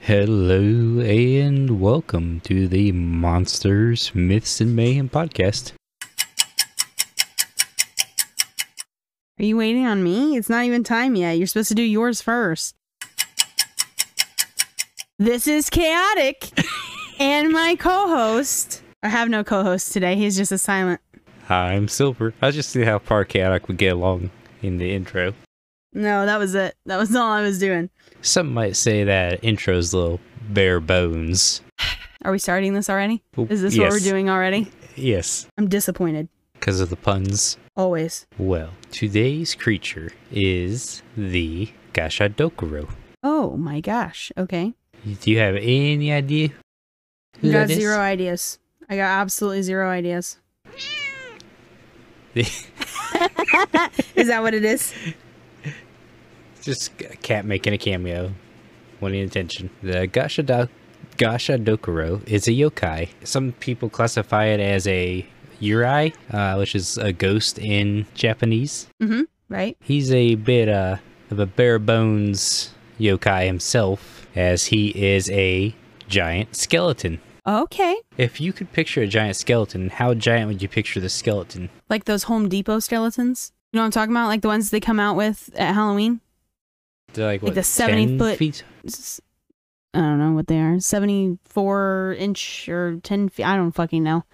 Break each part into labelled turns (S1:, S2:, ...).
S1: Hello and welcome to the Monsters, Myths, and Mayhem podcast.
S2: Are you waiting on me? It's not even time yet. You're supposed to do yours first. This is chaotic. and my co-host, I have no co-host today. He's just a silent.
S1: Hi, I'm Silver. I just see how far chaotic would get along in the intro.
S2: No, that was it. That was all I was doing.
S1: Some might say that intro's a little bare bones.
S2: Are we starting this already?
S1: Well,
S2: Is this what we're
S1: Oh, yes.
S2: doing already?
S1: Yes,
S2: I'm disappointed.
S1: because of the puns.
S2: Always.
S1: Well, today's creature is the Gashadokuro.
S2: Oh my gosh. Okay.
S1: Do you have any idea? who
S2: got
S1: that is?
S2: zero ideas. I got absolutely zero ideas. Is that what it is?
S1: just a cat making a cameo, wanting attention. The Gasha Do- Gasha Dokuro is a yokai. Some people classify it as a yurai, uh, which is a ghost in Japanese.
S2: Mm-hmm. Right?
S1: He's a bit uh, of a bare bones yokai himself, as he is a giant skeleton.
S2: Okay.
S1: If you could picture a giant skeleton, how giant would you picture the skeleton?
S2: like those Home Depot skeletons. You know what I'm talking about? Like the ones they come out with at Halloween.
S1: They're like,
S2: Like
S1: what,
S2: the 70
S1: 10
S2: foot-
S1: feet?
S2: S- I don't know what they are. 74 inch or 10 feet. I don't fucking know.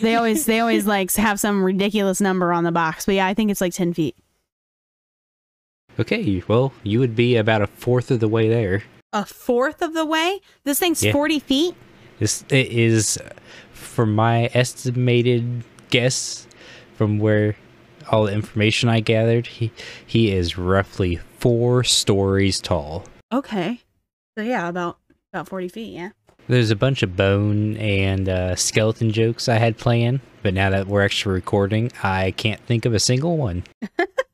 S2: they always they always like have some ridiculous number on the box. But yeah, I think it's like 10 feet.
S1: Okay, well, you would be about a fourth of the way there.
S2: A fourth of the way? This thing's
S1: Yeah.
S2: 40 feet?
S1: This it is, for my estimated guess, from where all the information I gathered, he he is roughly four stories tall.
S2: Okay. So yeah, about about 40 feet, yeah.
S1: There's a bunch of bone and uh, skeleton jokes I had planned, but now that we're actually recording, I can't think of a single one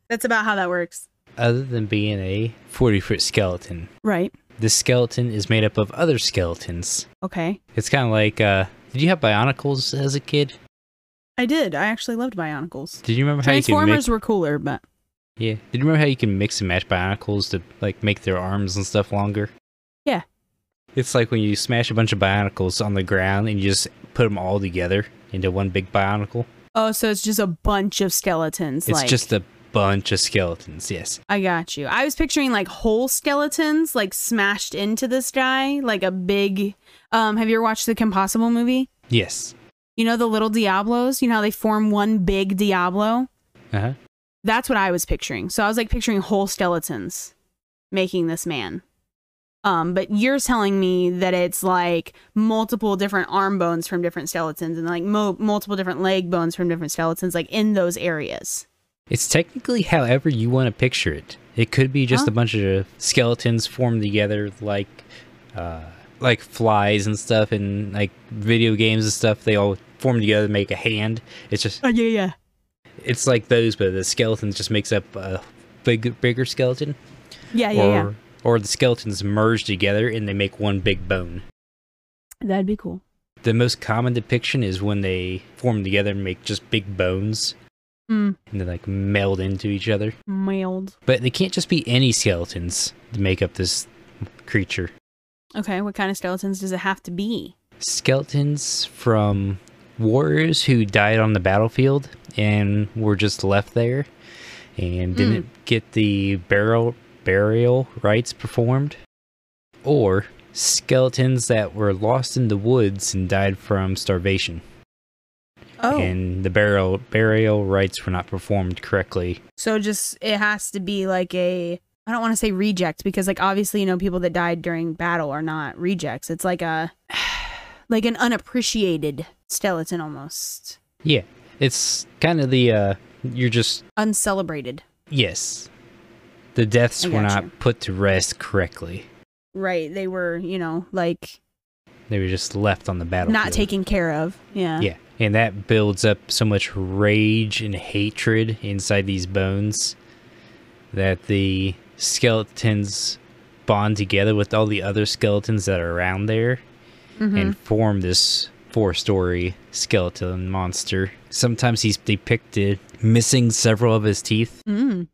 S2: That's about how that works.
S1: other than being a 40 foot skeleton.
S2: Right.
S1: This skeleton is made up of other skeletons.
S2: Okay.
S1: It's kind of like, uh, did you have Bionicles as a kid?
S2: I did. I actually loved Bionicles.
S1: Did you remember how you could make
S2: Transformers were cooler, but
S1: Yeah. Did you remember how you can mix and match bionicles to like make their arms and stuff longer?
S2: Yeah.
S1: It's like when you smash a bunch of bionicles on the ground and you just put them all together into one big bionicle.
S2: Oh, so it's just a bunch of skeletons.
S1: It's
S2: like,
S1: just a bunch of skeletons. Yes.
S2: I got you. I was picturing like whole skeletons, like smashed into this guy, like a big. Um, have you ever watched the Compossible movie?
S1: Yes.
S2: You know the little Diablos. You know how they form one big Diablo.
S1: Uh huh.
S2: That's what I was picturing. So I was like picturing whole skeletons making this man. Um, but you're telling me that it's like multiple different arm bones from different skeletons and like mo- multiple different leg bones from different skeletons, like in those areas.
S1: It's technically however you want to picture it. It could be just
S2: Huh?
S1: a bunch of skeletons formed together like uh like flies and stuff and like video games and stuff, they all form together to make a hand. It's just
S2: Oh yeah, yeah.
S1: it's like those, but the skeleton just makes up a big, bigger skeleton,
S2: Yeah, Uh, yeah,
S1: or
S2: yeah.
S1: or the skeletons merge together and they make one big bone.
S2: That'd be cool.
S1: The most common depiction is when they form together and make just big bones,
S2: Mm,
S1: and they like meld into each other.
S2: mailed.
S1: But they can't just be any skeletons to make up this creature.
S2: Okay, what kind of skeletons does it have to be?
S1: Skeletons from warriors who died on the battlefield and were just left there and didn't
S2: Hmm.
S1: get the burial burial rites performed or skeletons that were lost in the woods and died from starvation
S2: Oh,
S1: and the burial burial rites were not performed correctly
S2: so just it has to be like a I don't want to say reject because like obviously you know people that died during battle are not rejects. It's like a like an unappreciated skeleton almost.
S1: yeah it's kind of the uh you're just
S2: Uncelebrated.
S1: yes the deaths
S2: I
S1: were
S2: gotcha.
S1: not put to rest correctly
S2: Right, they were, you know, like
S1: they were just left on the battlefield
S2: not taken care of. Yeah.
S1: Yeah, and that builds up so much rage and hatred inside these bones that the skeletons bond together with all the other skeletons that are around there
S2: Mhm.
S1: and form this four-story skeleton monster. Sometimes he's depicted missing several of his teeth.
S2: Mm.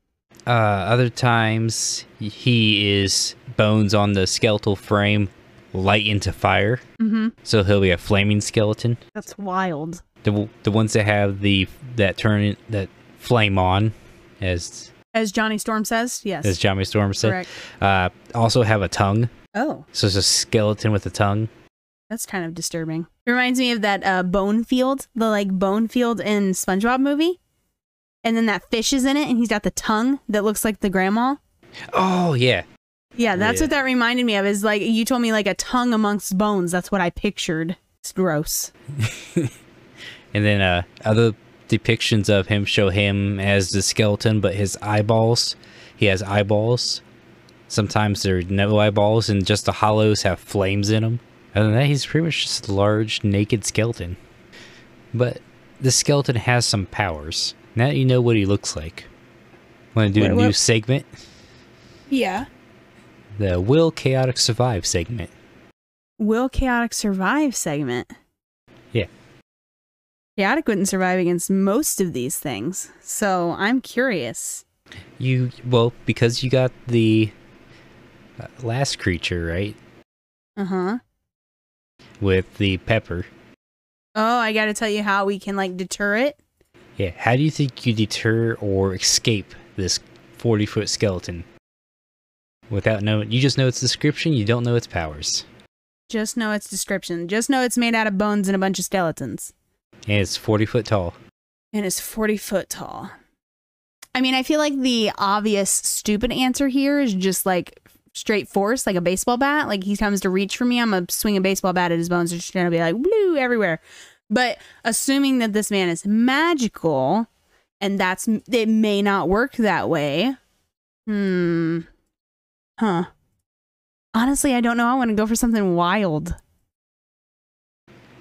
S1: Uh, other times he is bones on the skeletal frame light into fire.
S2: Mm-hmm.
S1: So he'll be a flaming skeleton.
S2: That's wild.
S1: The the ones that have the that turn that flame on, as
S2: As Johnny Storm says, yes.
S1: as Johnny Storm said,
S2: correct.
S1: uh, also have a tongue.
S2: Oh,
S1: So it's a skeleton with a tongue.
S2: that's kind of disturbing. It reminds me of that uh, bone field, the like bone field in SpongeBob movie. And then that fish is in it and he's got the tongue that looks like the grandma.
S1: Oh yeah,
S2: Yeah, that's
S1: Yeah.
S2: what that reminded me of. Is like you told me like a tongue amongst bones. That's what I pictured. It's gross.
S1: and then uh, other depictions of him show him as the skeleton, but his eyeballs. He has eyeballs. Sometimes they're no eyeballs, and just the hollows have flames in them. Other than that, he's pretty much just a large naked skeleton. But the skeleton has some powers. Now that you know what he looks like. Want to do a
S2: Wait,
S1: new
S2: what-
S1: segment?
S2: Yeah.
S1: The Will Chaotic Survive segment.
S2: Will chaotic survive segment?
S1: Yeah.
S2: Chaotic wouldn't survive against most of these things, so I'm curious.
S1: You well because you got the uh, last creature right
S2: Uh huh.
S1: with the pepper.
S2: Oh, I got to tell you how we can like deter it.
S1: Yeah, how do you think you deter or escape this forty foot skeleton? Without knowing, you just know its description. You don't know its powers,
S2: Just know its description. Just know it's made out of bones and a bunch of skeletons,
S1: and it's forty foot tall.
S2: and it's 40 foot tall. I mean, I feel like the obvious stupid answer here is just like straight force, like a baseball bat. Like he comes to reach for me, I'm gonna swing a baseball bat at his bones. It's just gonna be like blue everywhere. But assuming that this man is magical, and that's it may not work that way. Hmm. Huh. Honestly, I don't know. I want to go for something wild.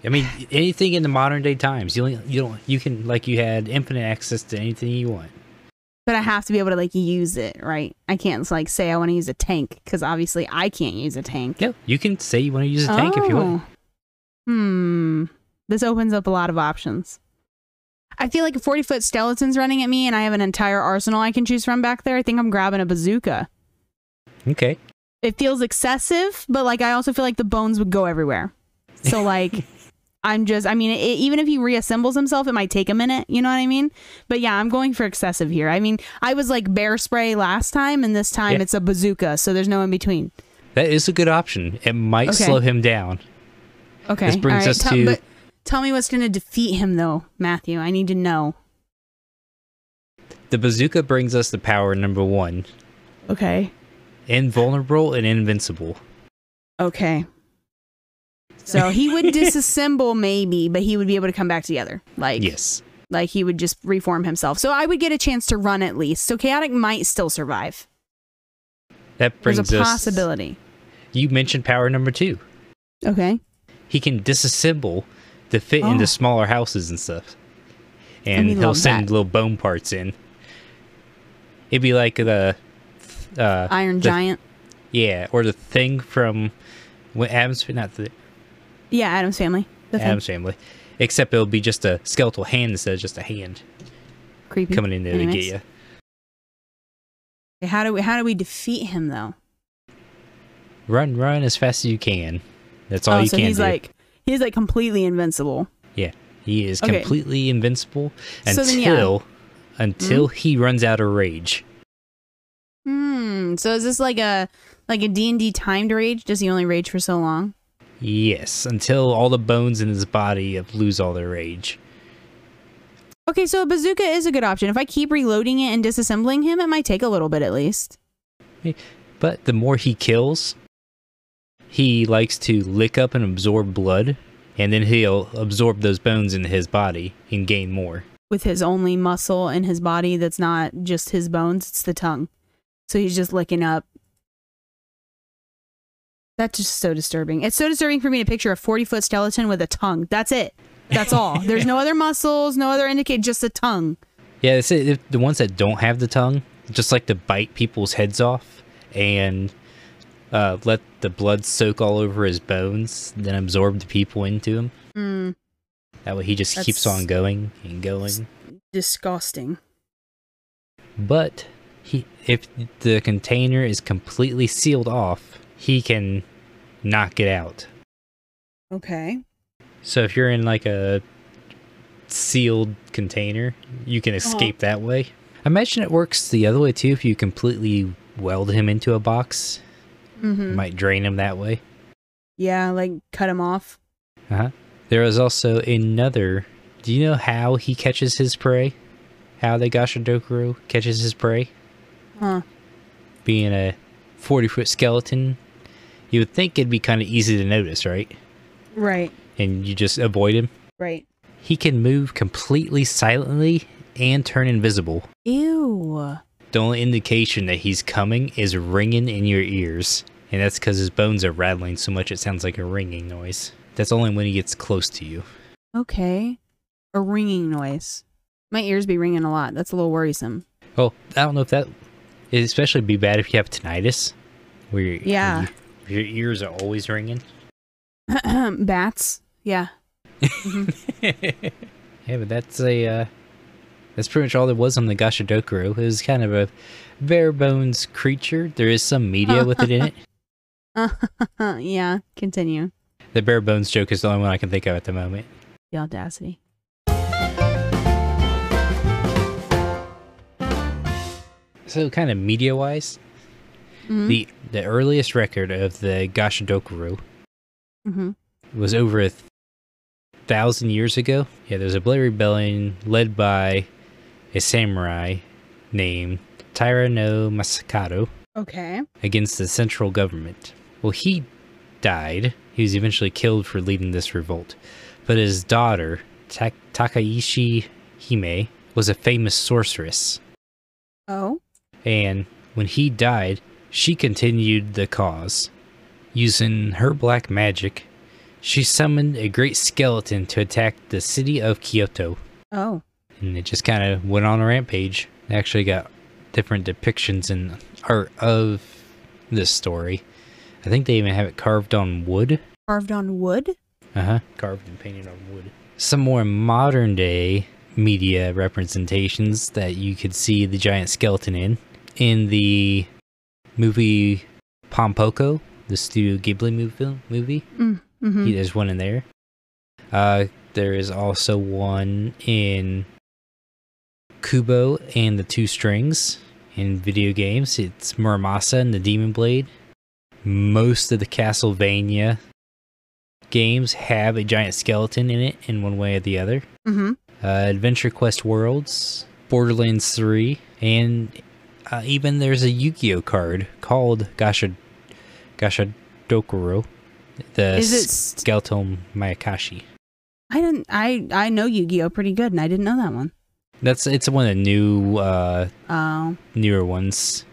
S1: I mean, anything in the modern day times. You only, you don't you can like you had infinite access to anything you want.
S2: but I have to be able to like use it, right? I can't like say I want to use a tank because obviously I can't use a tank.
S1: Yeah, you can say you want to use a tank if you want.
S2: Oh. Hmm. This opens up a lot of options. I feel like a 40 foot skeleton's running at me and I have an entire arsenal I can choose from back there. I think I'm grabbing a bazooka. Oh.
S1: Okay,
S2: It feels excessive, but like I also feel like the bones would go everywhere. So like I'm just I mean it, even if he reassembles himself it might take a minute, you know what I mean? But yeah, I'm going for excessive here. I mean, I was like bear spray last time and this time
S1: Yeah.
S2: it's a bazooka, so there's no in between.
S1: that is a good option. It might
S2: Okay.
S1: slow him down.
S2: Okay.
S1: This brings
S2: all right,
S1: us
S2: tell-
S1: to-
S2: but tell me what's going to defeat him though, Matthew. I need to know.
S1: The bazooka brings us the power number one
S2: Okay.
S1: invulnerable and invincible.
S2: Okay. So he would disassemble maybe, but he would be able to come back together. Like
S1: Yes.
S2: Like he would just reform himself. So I would get a chance to run at least. So Chaotic might still survive.
S1: That brings
S2: There's a
S1: us.
S2: possibility.
S1: You mentioned power number two.
S2: Okay.
S1: He can disassemble to fit
S2: Oh.
S1: into smaller houses and stuff. And
S2: we
S1: he'll
S2: love
S1: send
S2: that.
S1: little bone parts in. It'd be like the. Uh,
S2: Iron
S1: the-
S2: Giant.
S1: Yeah, or the thing from. When Adam's not the
S2: Yeah, Adam's family. The thing.
S1: Adam's family, except it'll be just a skeletal hand instead of just a hand
S2: Creepy.
S1: coming in there to
S2: Mm-hmm. Anyways.
S1: get you.
S2: Okay, How do we how do we defeat him though?
S1: Run, run as fast as you can. That's all
S2: oh,
S1: you
S2: so
S1: can
S2: he's
S1: do.
S2: like he's like completely invincible.
S1: Yeah, he is
S2: Okay.
S1: completely invincible
S2: So
S1: until
S2: then, yeah. Mm-hmm.
S1: until he runs out of rage.
S2: Hmm. So is this like a like a D and D timed rage? Does he only rage for so long?
S1: Yes, until all the bones in his body have- lose all their rage.
S2: Okay, so a bazooka is a good option. If I keep reloading it and disassembling him, it might take a little bit at least.
S1: But the more he kills, he likes to lick up and absorb blood, and then he'll absorb those bones into his body and gain more.
S2: with his only muscle in his body that's not just his bones, it's the tongue. So he's just licking up. That's just so disturbing. It's so disturbing for me to picture a 40 foot skeleton with a tongue. That's it. That's all. There's no other muscles, no other indicate, just a tongue.
S1: Yeah, it's it, the ones that don't have the tongue just like to bite people's heads off and uh, let the blood soak all over his bones, then absorb the people into him.
S2: Mm,
S1: That way he just keeps
S2: That's-
S1: on going and going.
S2: disgusting.
S1: But he, if the container is completely sealed off, he can not get out.
S2: Okay.
S1: So if you're in like a sealed container, you can escape that way. I imagine it works the other way too. If you completely weld him into a box, it
S2: Mm-hmm.
S1: might drain him that way.
S2: Yeah, like cut him off.
S1: There is also another. Do you know how he catches his prey? How the Gashadokuro catches his prey?
S2: Huh.
S1: Being a 40 foot skeleton, you would think it'd be kind of easy to notice, right?
S2: Right.
S1: And you just avoid him.
S2: Right.
S1: He can move completely silently and turn invisible.
S2: Ew.
S1: The only indication that he's coming is ringing in your ears. And that's because his bones are rattling so much it sounds like a ringing noise. That's only when he gets close to you.
S2: Okay. A ringing noise. My ears be ringing a lot. That's a little worrisome.
S1: Well, Oh, I don't know if that it'd especially be bad if you have tinnitus, where your,
S2: Yeah.
S1: your ears are always ringing.
S2: Bats. Yeah.
S1: yeah, but that's a uh, that's pretty much all there was on the Gashadokuro. It was kind of a bare bones creature. There is some media with it in it.
S2: yeah. Continue.
S1: The bare bones joke is the only one I can think of at the moment.
S2: The audacity.
S1: So, kind of media wise,
S2: Mhm.
S1: the the earliest record of the Gashadokuro
S2: Mm-hmm.
S1: was over a th- thousand years ago. Yeah, there's a blood rebellion led by a samurai named Taira no Masakato
S2: Okay.
S1: against the central government. Well, he died. He was eventually killed for leading this revolt. But his daughter, Ta- Takaishi Hime, was a famous sorceress.
S2: Oh.
S1: And when he died, she continued the cause. Using her black magic, she summoned a great skeleton to attack the city of Kyoto.
S2: Oh.
S1: And it just kind of went on a rampage. They actually got different depictions and art of this story. I think they even have it carved on wood.
S2: Carved on wood.
S1: Uh huh. Carved and painted on wood. Some more modern day media representations that you could see the giant skeleton in. In the movie Pompoko, the Studio Ghibli movie, movie
S2: Mm. Mm-hmm.
S1: he- there's one in there. Uh, there is also one in Kubo and the Two Strings in video games. It's Muramasa and the Demon Blade. Most of the Castlevania games have a giant skeleton in it in one way or the other.
S2: Mm-hmm.
S1: Uh, Adventure Quest Worlds, Borderlands 3, and uh, even there's a Yu Gi Oh card called Gasha, Gasha Dokuro. The
S2: Is it st-
S1: Skeletal Mayakashi.
S2: I didn't. I I know Yu-Gi-Oh pretty good, and I didn't know that one.
S1: That's it's one of the new uh
S2: Oh,
S1: newer ones.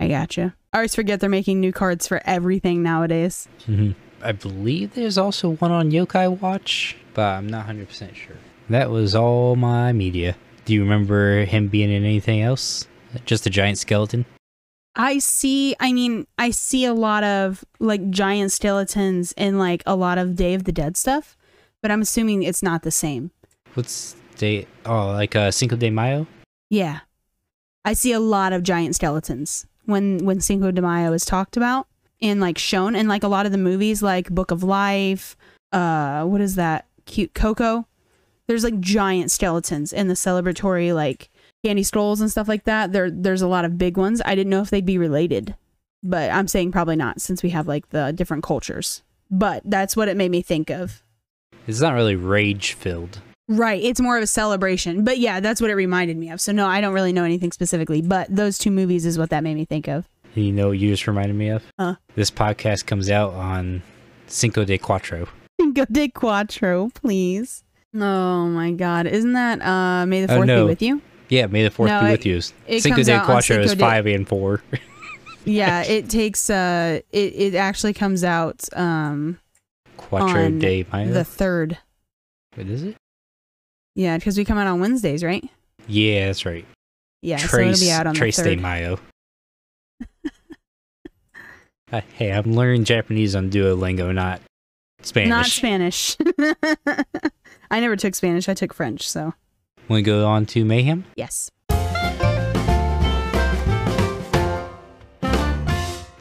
S2: I gotcha. I always forget they're making new cards for everything nowadays.
S1: hmm I believe there's also one on Yokai Watch, but I'm not 100% sure. That was all my media. Do you remember him being in anything else? Just a giant skeleton?
S2: I see. I mean, I see a lot of like giant skeletons in like a lot of Day of the Dead stuff, but I'm assuming it's not the same.
S1: What's day? Oh, like uh, Cinco de Mayo?
S2: Yeah, I see a lot of giant skeletons when when Cinco de Mayo is talked about and like shown in like a lot of the movies, like Book of Life. Uh, what is that? Cute Coco. There's like giant skeletons in the celebratory like candy scrolls and stuff like that. There there's a lot of big ones. I didn't know if they'd be related, but I'm saying probably not since we have like the different cultures. But that's what it made me think of.
S1: It's not really rage filled.
S2: Right. It's more of a celebration. But yeah, that's what it reminded me of. So no, I don't really know anything specifically, but those two movies is what that made me think of.
S1: You know what you just reminded me of?
S2: Huh.
S1: This podcast comes out on Cinco de Cuatro.
S2: Cinco de Cuatro, please. Oh my God. Isn't that uh, May the
S1: Oh,
S2: 4th
S1: no.
S2: be with you?
S1: Yeah, may the 4th
S2: No,
S1: be
S2: it-
S1: with you.
S2: it
S1: Cinco
S2: comes
S1: de
S2: out on
S1: Cuatro is
S2: Cinco de-
S1: 5 and 4.
S2: Yeah, it takes, uh, it, it actually comes out um,
S1: Cuatro
S2: On
S1: de Mayo.
S2: the 3rd.
S1: What is it?
S2: Yeah, because we come out on Wednesdays, right?
S1: Yeah, that's right.
S2: Yeah,
S1: Trace,
S2: so it'll be out on
S1: Trace
S2: the
S1: de
S2: 3rd.
S1: Mayo. Uh, hey, I'm learning Japanese on Duolingo, not Spanish.
S2: Not Spanish. I never took Spanish. I took French, so
S1: Want to go on to Mayhem?
S2: yes.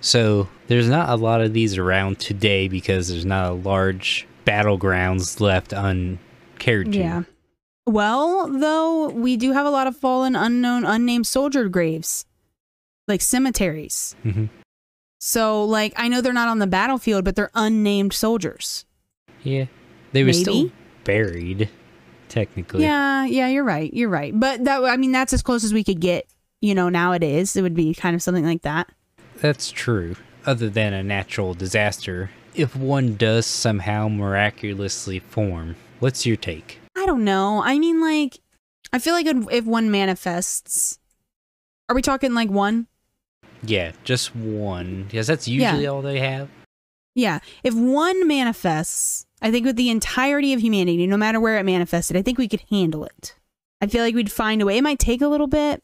S1: So there's not a lot of these around today because there's not a large battlegrounds left uncared to.
S2: Yeah. Well, though, we do have a lot of fallen, unknown, unnamed soldier graves, like cemeteries.
S1: Mhm.
S2: So, like, I know they're not on the battlefield, but they're unnamed soldiers.
S1: Yeah. They were still
S2: Maybe.
S1: buried, technically.
S2: Yeah, yeah, you're right. You're right. But that, I mean, that's as close as we could get, you know, nowadays. It would be kind of something like that.
S1: That's true. Other than a natural disaster, if one does somehow miraculously form, what's your take?
S2: I don't know. I mean, like, I feel like if- if one manifests, are we talking like one?
S1: Yeah, just one, because that's
S2: Yeah.
S1: usually all they have.
S2: Yeah. If one manifests, I think with the entirety of humanity, no matter where it manifested, I think we could handle it. I feel like we'd find a way. It might take a little bit,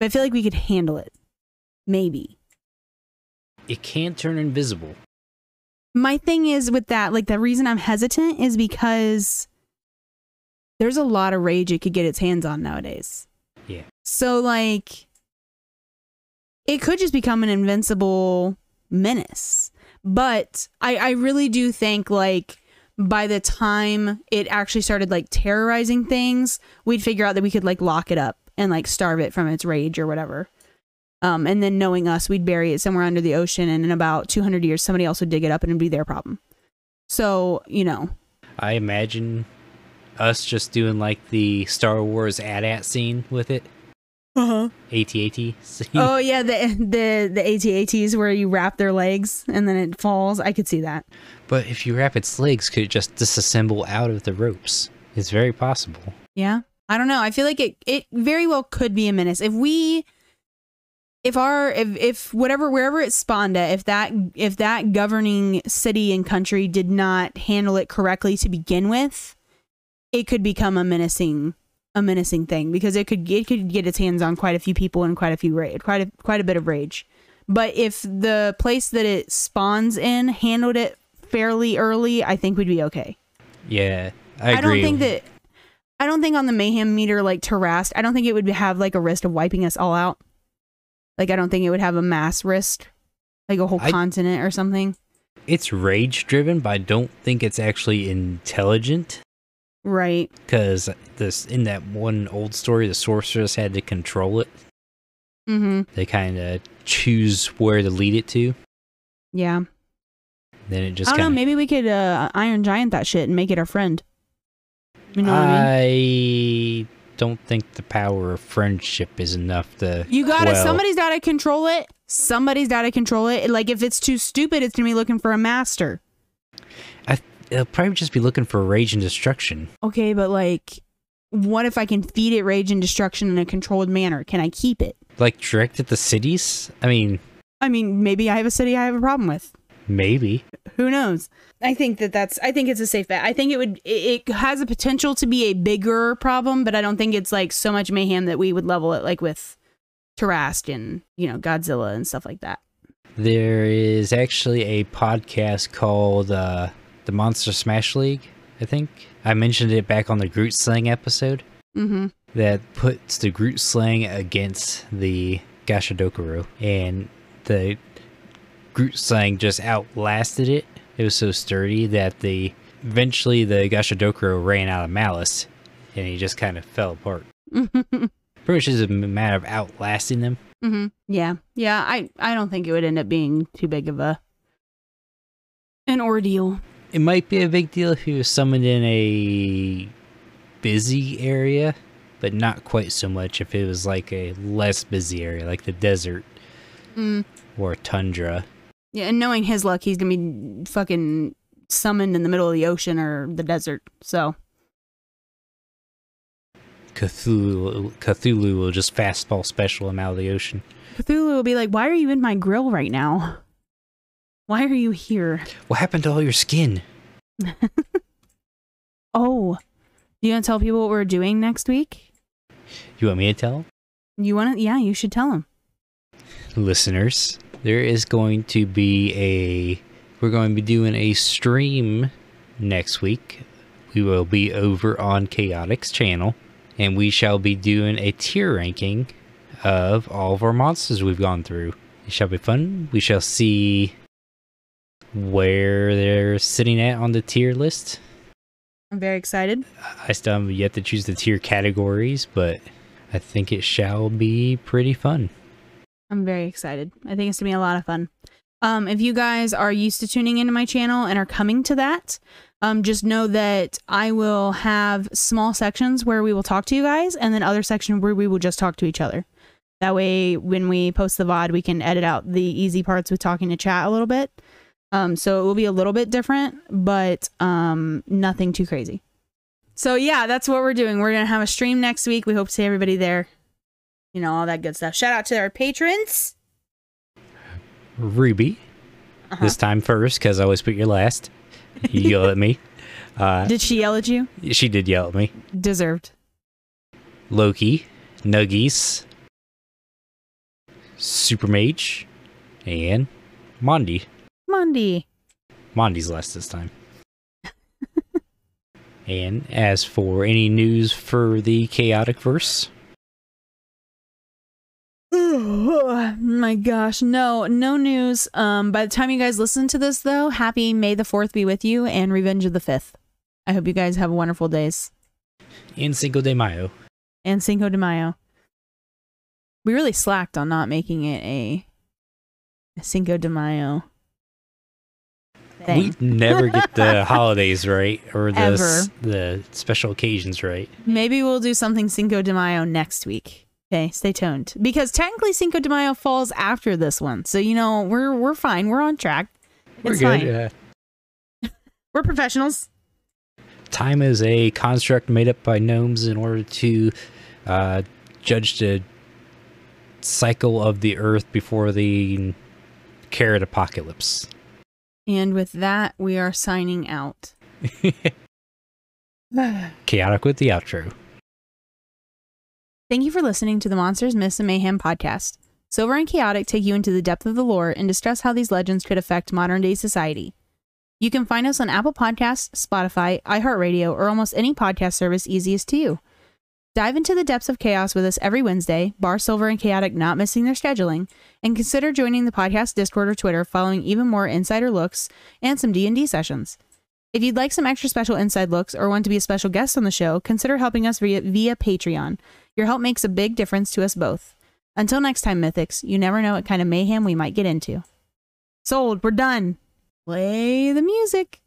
S2: but I feel like we could handle it. Maybe.
S1: It can turn invisible.
S2: My thing is with that, like, the reason I'm hesitant is because there's a lot of rage it could get its hands on nowadays.
S1: Yeah.
S2: So, like, it could just become an invincible menace. But I, I really do think, like, by the time it actually started, like, terrorizing things, we'd figure out that we could, like, lock it up and, like, starve it from its rage or whatever. Um, and then knowing us, we'd bury it somewhere under the ocean. And in about 200 years, somebody else would dig it up and it'd be their problem. So, you know,
S1: I imagine us just doing like the Star Wars AT-AT scene with it.
S2: uh-huh.
S1: AT-AT scene.
S2: oh yeah, the the the ATATs where you wrap their legs and then it falls. I could see that.
S1: But if you wrap its legs, could it just disassemble out of the ropes? It's very possible.
S2: Yeah, I don't know. I feel like it it very well could be a menace if we, if our if if whatever wherever it spawned at, if that if that governing city and country did not handle it correctly to begin with, it could become a menacing a menacing thing because it could it could get its hands on quite a few people and quite a few ra- quite a quite a bit of rage. But if the place that it spawns in handled it fairly early, I think we'd be okay.
S1: Yeah, I agree.
S2: I don't think that. I don't think on the mayhem meter like Tarrasque, I don't think it would have like a risk of wiping us all out. Like I don't think it would have a mass risk, like a whole
S1: I-
S2: continent or something.
S1: it's rage driven, but I don't think it's actually intelligent.
S2: Right.
S1: Because this in that one old story, the sorceress had to control it.
S2: Mm-hmm.
S1: They kind of choose where to lead it to.
S2: Yeah.
S1: Then it
S2: I
S1: just
S2: don't know.
S1: kind
S2: Maybe we could uh, Iron Giant that shit and make it our friend. You
S1: of.
S2: know what I mean?
S1: I don't think the power of friendship is enough to.
S2: You gotta.
S1: well,
S2: somebody's gotta control it. Somebody's gotta control it. Like if it's too stupid, it's gonna be looking for a master.
S1: I, it'll probably just be looking for rage and destruction.
S2: Okay, but like, what if I can feed it rage and destruction in a controlled manner? Can I keep it?
S1: Like direct at the cities. I mean,
S2: I mean, maybe I have a city I have a problem with.
S1: maybe.
S2: Who knows? I think that that's. I think it's a safe bet. I think it would. It, it has a potential to be a bigger problem, but I don't think it's like so much mayhem that we would level it like with Tarrasque and you know Godzilla and stuff like that.
S1: There is actually a podcast called uh, the Monster Smash League. I think I mentioned it back on the Groot slang episode
S2: Mm-hmm.
S1: that puts the Groot slang against the Gashadokuro, and the Groot slang just outlasted it. It was so sturdy that the eventually the Gashadokuro ran out of malice, and he just kind of fell apart.
S2: mm-hmm.
S1: Pretty much is a matter of outlasting them.
S2: Yeah. Yeah. I. I don't think it would end up being too big of a an ordeal.
S1: it might be a big deal if you was summoned in a busy area, but not quite so much if it was like a less busy area, like the desert
S2: Mm.
S1: or tundra.
S2: Yeah. And knowing his luck, he's gonna be fucking summoned in the middle of the ocean or the desert. So.
S1: Cthulhu, Cthulhu will just fastball special him out of the ocean.
S2: Cthulhu will be like, "Why are you in my grill right now? Why are you here?
S1: What happened to all your skin?
S2: Oh, you gonna tell people what we're doing next week?
S1: You want me to tell?
S2: You wanna? Yeah, you should tell them.
S1: listeners, there is going to be a we're going to be doing a stream next week. We will be over on Chaotix channel and we shall be doing a tier ranking of all of our monsters we've gone through. It shall be fun. We shall see where they're sitting at on the tier list.
S2: I'm very excited.
S1: I still have yet to choose the tier categories, but I think it shall be pretty fun.
S2: I'm very excited. I think it's gonna be a lot of fun. Um, if you guys are used to tuning into my channel and are coming to that, um, just know that I will have small sections where we will talk to you guys, and then other section where we will just talk to each other. That way, when we post the VOD, we can edit out the easy parts with talking to chat a little bit. Um, so it will be a little bit different, but um, nothing too crazy. So yeah, that's what we're doing. We're gonna have a stream next week. We hope to see everybody there. You know all that good stuff. Shout out to our patrons.
S1: Ruby,
S2: Uh-huh.
S1: this time first, because I always put your last. You yell at me. Uh,
S2: Did she yell at you?
S1: she did yell at me.
S2: Deserved.
S1: Loki, Nuggies, Super Mage, and Mondi.
S2: Monday.
S1: Mondi's last this time. and as for any news for the Chaotic Verse,
S2: Oh my gosh. No, no news. Um, by the time you guys listen to this though, happy May the 4th be with you and Revenge of the 5th. I hope you guys have wonderful days.
S1: in Cinco de Mayo,
S2: And Cinco de Mayo. We really slacked on not making it a Cinco de Mayo. Thing.
S1: we never get the holidays right or the s-
S2: Ever.
S1: the special occasions right.
S2: Maybe we'll do something Cinco de Mayo next week. Okay, stay tuned. Because technically Cinco de Mayo falls after this one. So you know, we're we're fine. We're on track.
S1: We're
S2: It's
S1: good.
S2: fine.
S1: yeah.
S2: We're professionals.
S1: time is a construct made up by gnomes in order to uh, judge the cycle of the earth before the carrot apocalypse.
S2: And with that, we are signing out.
S1: Chaotic with the outro.
S2: Thank you for listening to the Monsters, Myths, and Mayhem podcast. Silver and Chaotic take you into the depth of the lore and discuss how these legends could affect modern day society. You can find us on Apple Podcasts, Spotify, iHeartRadio, or almost any podcast service easiest to you. Dive into the depths of chaos with us every Wednesday, bar Silver and Chaotic not missing their scheduling, and consider joining the podcast Discord or Twitter following even more insider looks and some D&D sessions. If you'd like some extra special inside looks or want to be a special guest on the show, consider helping us via, via Patreon. Your help makes a big difference to us both. Until next time, Mythics, you never know what kind of mayhem we might get into. Sold, we're done. Play the music.